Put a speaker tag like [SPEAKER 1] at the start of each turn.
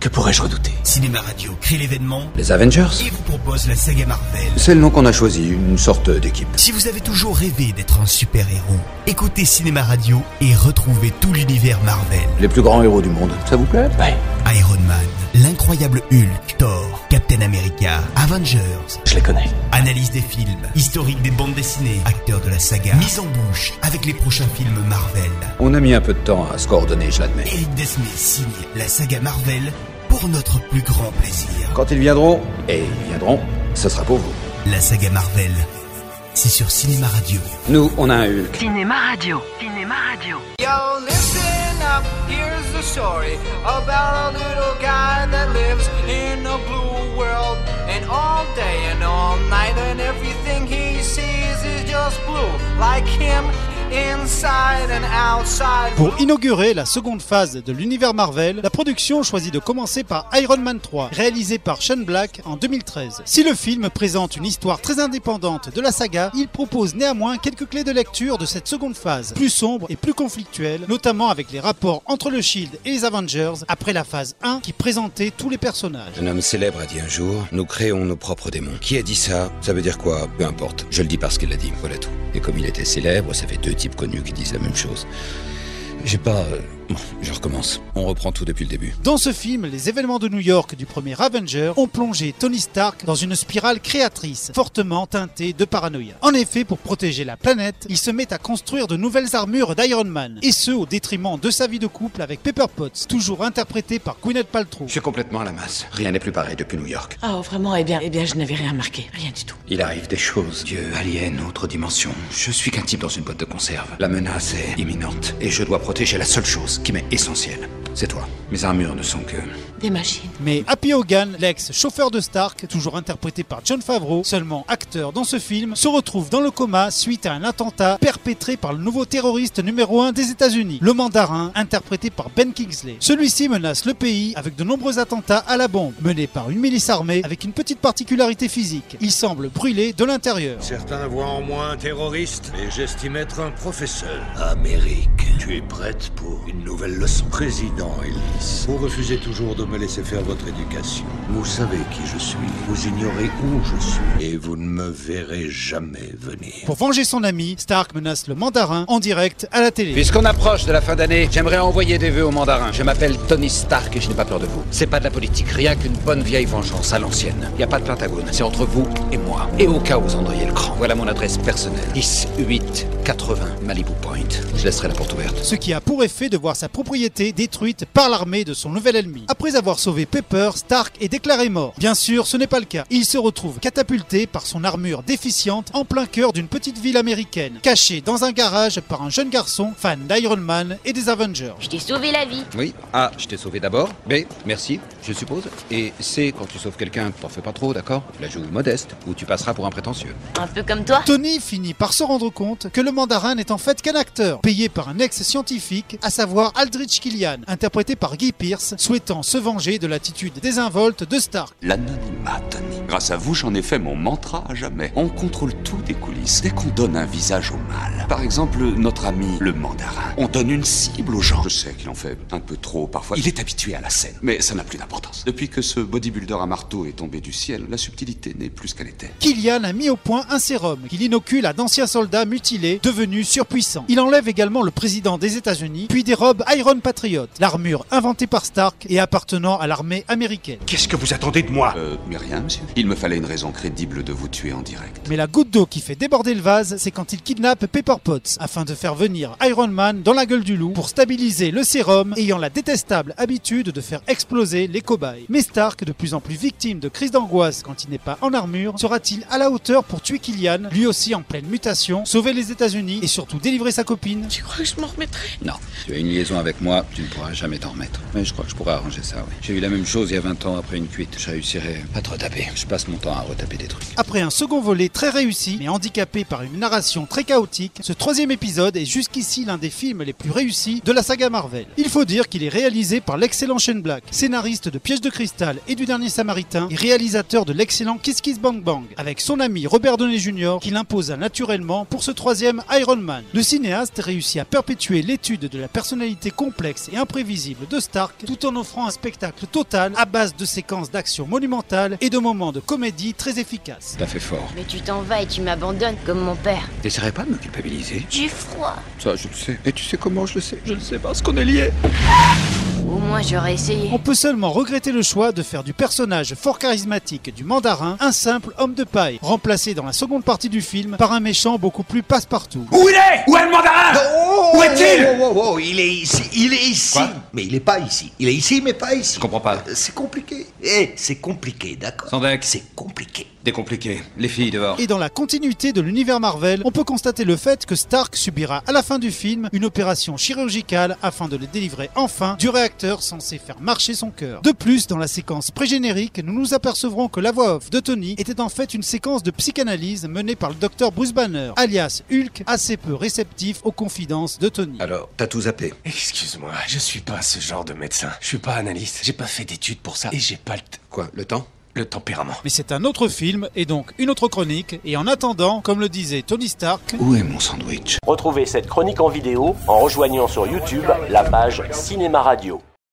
[SPEAKER 1] Que pourrais-je redouter
[SPEAKER 2] Cinéma Radio crée l'événement
[SPEAKER 1] Les Avengers
[SPEAKER 2] et vous propose la saga Marvel.
[SPEAKER 1] C'est le nom qu'on a choisi, une sorte d'équipe.
[SPEAKER 2] Si vous avez toujours rêvé d'être un super-héros, écoutez Cinéma Radio et retrouvez tout l'univers Marvel.
[SPEAKER 1] Les plus grands héros du monde. Ça vous plaît Ouais.
[SPEAKER 2] Iron Man, l'incroyable Hulk, Thor, Captain America, Avengers.
[SPEAKER 1] Je les connais.
[SPEAKER 2] Analyse des films, historique des bandes dessinées, acteurs de la saga, mise en bouche avec les prochains films Marvel.
[SPEAKER 1] On a mis un peu de temps à se coordonner, je l'admets.
[SPEAKER 2] Eric Desmé signe la saga Marvel pour notre plus grand plaisir.
[SPEAKER 1] Quand ils viendront, et ils viendront, ce sera pour vous.
[SPEAKER 2] La saga Marvel, c'est sur Cinéma Radio.
[SPEAKER 1] Nous, on a un Hulk.
[SPEAKER 3] Cinéma Radio. Cinéma Radio.
[SPEAKER 4] Yo, listen up. Here's the story about a little guy that lives in a blue world. And all day and all night, and everything he sees is just blue. Like him, inside and outside.
[SPEAKER 5] Pour inaugurer la seconde phase de l'univers Marvel, la production choisit de commencer par Iron Man 3, réalisé par Sean Black en 2013. Si le film présente une histoire très indépendante de la saga, il propose néanmoins quelques clés de lecture de cette seconde phase, plus sombre et plus conflictuelle, notamment avec les rapports entre le Shield et les Avengers après la phase 1 qui présentait tous les personnages.
[SPEAKER 6] Un homme célèbre a dit un jour Nous créons nos propres démons. Qui a dit ça Ça veut dire quoi Peu importe. Je le dis parce qu'il l'a dit. Voilà tout. Et comme il était célèbre, ça fait deux types connus qui disent la même chose. J'ai pas. euh, Bon, je recommence. On reprend tout depuis le début.
[SPEAKER 5] Dans ce film, les événements de New York du premier Avenger ont plongé Tony Stark dans une spirale créatrice, fortement teintée de paranoïa. En effet, pour protéger la planète, il se met à construire de nouvelles armures d'Iron Man, et ce au détriment de sa vie de couple avec Pepper Potts, toujours interprétée par Gwyneth Paltrow.
[SPEAKER 6] Je suis complètement à la masse. Rien n'est plus pareil depuis New York.
[SPEAKER 3] Oh, vraiment, eh bien, eh bien, je n'avais rien marqué. Rien du tout.
[SPEAKER 6] Il arrive des choses. Dieu, alien, autre dimension. Je suis qu'un type dans une boîte de conserve. La menace est imminente, et je dois protéger la seule chose qui m'est essentielle. C'est toi. Mes armures ne sont que...
[SPEAKER 3] Des machines.
[SPEAKER 5] Mais Happy Hogan, l'ex-chauffeur de Stark, toujours interprété par John Favreau, seulement acteur dans ce film, se retrouve dans le coma suite à un attentat perpétré par le nouveau terroriste numéro 1 des États-Unis, le mandarin, interprété par Ben Kingsley. Celui-ci menace le pays avec de nombreux attentats à la bombe, menés par une milice armée avec une petite particularité physique. Il semble brûler de l'intérieur.
[SPEAKER 7] Certains voient en moi un terroriste, et j'estime être un professeur.
[SPEAKER 8] Amérique, tu es prête pour une nouvelle leçon
[SPEAKER 7] Président Ellis, vous refusez toujours de me laisser faire votre éducation.
[SPEAKER 8] Vous savez qui je suis, vous ignorez où je suis,
[SPEAKER 7] Et vous ne me verrez jamais venir.
[SPEAKER 5] Pour venger son ami, Stark menace le mandarin en direct à la télé.
[SPEAKER 6] Puisqu'on approche de la fin d'année, j'aimerais envoyer des vœux au mandarin. Je m'appelle Tony Stark et je n'ai pas peur de vous. C'est pas de la politique, rien qu'une bonne vieille vengeance à l'ancienne. Y a pas de Pentagone, c'est entre vous et moi. Et au cas où vous en auriez le cran, voilà mon adresse personnelle. 10 8 80 Malibu Point. Je laisserai la porte ouverte.
[SPEAKER 5] ce qui a pour effet de voir sa propriété détruite par l'armée de son nouvel ennemi. Après avoir sauvé Pepper, Stark est déclaré mort. Bien sûr, ce n'est pas le cas. Il se retrouve catapulté par son armure déficiente en plein cœur d'une petite ville américaine, caché dans un garage par un jeune garçon fan d'Iron Man et des Avengers.
[SPEAKER 9] Je t'ai sauvé la vie.
[SPEAKER 6] Oui, A, Ah, je t'ai sauvé d'abord. B, merci, je suppose. Et C, quand tu sauves quelqu'un, t'en fais pas trop, d'accord Tu la joues modeste, ou tu passeras pour un prétentieux.
[SPEAKER 9] Un peu comme toi.
[SPEAKER 5] Tony finit par se rendre compte que le mandarin n'est en fait qu'un acteur, payé par un ex-scientifique, à savoir Aldrich Killian, interprété par Guy Pearce, souhaitant se venger de l'attitude désinvolte de Stark.
[SPEAKER 10] L'anonymat, Tony. Grâce à vous, j'en ai fait mon mantra à jamais. On contrôle tout des coulisses dès qu'on donne un visage au mal. Par exemple, notre ami le mandarin. On donne une cible aux gens. Je sais qu'il en fait un peu trop parfois. Il est habitué à la scène, mais ça n'a plus d'importance. Depuis que ce bodybuilder à marteau est tombé du ciel, la subtilité n'est plus ce qu'elle était.
[SPEAKER 5] Killian a mis au point un sérum qu'il inocule à d'anciens soldats mutilés devenus surpuissants. Il enlève également le président des États-Unis, puis des robes Iron Patriot, l'armure inventée par Stark et appartenant à l'armée américaine.
[SPEAKER 8] Qu'est-ce que vous attendez de moi
[SPEAKER 10] Euh, mais rien, monsieur. Il me fallait une raison crédible de vous tuer en direct.
[SPEAKER 5] Mais la goutte d'eau qui fait déborder le vase, c'est quand il kidnappe Pepper Potts afin de faire venir Iron Man dans la gueule du loup pour stabiliser le sérum, ayant la détestable habitude de faire exploser les cobayes. Mais Stark, de plus en plus victime de crises d'angoisse quand il n'est pas en armure, sera-t-il à la hauteur pour tuer Killian, lui aussi en pleine mutation, sauver les États-Unis et surtout délivrer sa copine
[SPEAKER 3] Tu crois que je m'en remettrai
[SPEAKER 6] Non, tu as une liaison avec moi, tu ne pourras jamais t'en remettre. Mais je crois que je pourrais arranger ça, oui. J'ai eu la même chose il y a 20 ans après une cuite. Je réussirai pas trop taper. Je passe mon temps à retaper des trucs.
[SPEAKER 5] Après un second volet très réussi, mais handicapé par une narration très chaotique, ce troisième épisode est jusqu'ici l'un des films les plus réussis de la saga Marvel. Il faut dire qu'il est réalisé par l'excellent Shane Black, scénariste de Piège de Cristal et du Dernier Samaritain, et réalisateur de l'excellent Kiss Kiss Bang Bang, avec son ami Robert Downey Jr., qui l'imposa naturellement pour ce troisième Iron Man. Le cinéaste réussit à perpétuer l'étude de la personnalité complexe et imprévisible de Stark, tout en offrant un spectacle total à base de séquences d'action monumentales et de moments de comédie très efficaces.
[SPEAKER 6] T'as fait fort.
[SPEAKER 9] Mais tu t'en vas et tu m'abandonnes comme mon père.
[SPEAKER 6] T'essaierais pas de me culpabiliser
[SPEAKER 9] J'ai froid.
[SPEAKER 6] Ça, je le sais. Et tu sais comment je le sais Je le sais parce qu'on est liés.
[SPEAKER 9] Au moins j'aurais essayé.
[SPEAKER 5] On peut seulement regretter le choix de faire du personnage fort charismatique du mandarin un simple homme de paille, remplacé dans la seconde partie du film par un méchant beaucoup plus passe-partout.
[SPEAKER 10] Où il est Où est le
[SPEAKER 8] Ah,
[SPEAKER 10] mandarin Où est-il
[SPEAKER 8] oh, oh, oh, Il est ici, il est ici Mais il est pas ici. Il est ici, mais pas ici.
[SPEAKER 6] Je comprends pas.
[SPEAKER 8] Euh, C'est compliqué. Eh, c'est compliqué, d'accord
[SPEAKER 6] Sandek.
[SPEAKER 8] C'est compliqué.
[SPEAKER 6] Décompliqué. Les filles dehors.
[SPEAKER 5] Et dans la continuité de l'univers Marvel, on peut constater le fait que Stark subira à la fin du film une opération chirurgicale afin de le délivrer enfin du réacteur censé faire marcher son cœur. De plus, dans la séquence pré-générique, nous nous apercevrons que la voix off de Tony était en fait une séquence de psychanalyse menée par le docteur Bruce Banner, alias Hulk, assez peu réceptif aux confidences de Tony.
[SPEAKER 6] Alors, t'as tout zappé.
[SPEAKER 11] Excuse-moi, je suis pas ce genre de médecin. Je suis pas analyste. J'ai pas fait d'études pour ça. Et j'ai pas le, t-
[SPEAKER 6] Quoi Le temps
[SPEAKER 11] le tempérament.
[SPEAKER 5] Mais c'est un autre film et donc une autre chronique, et en attendant, comme le disait Tony Stark,
[SPEAKER 6] Où est mon sandwich
[SPEAKER 12] Retrouvez cette chronique en vidéo en rejoignant sur YouTube la page Cinéma Radio.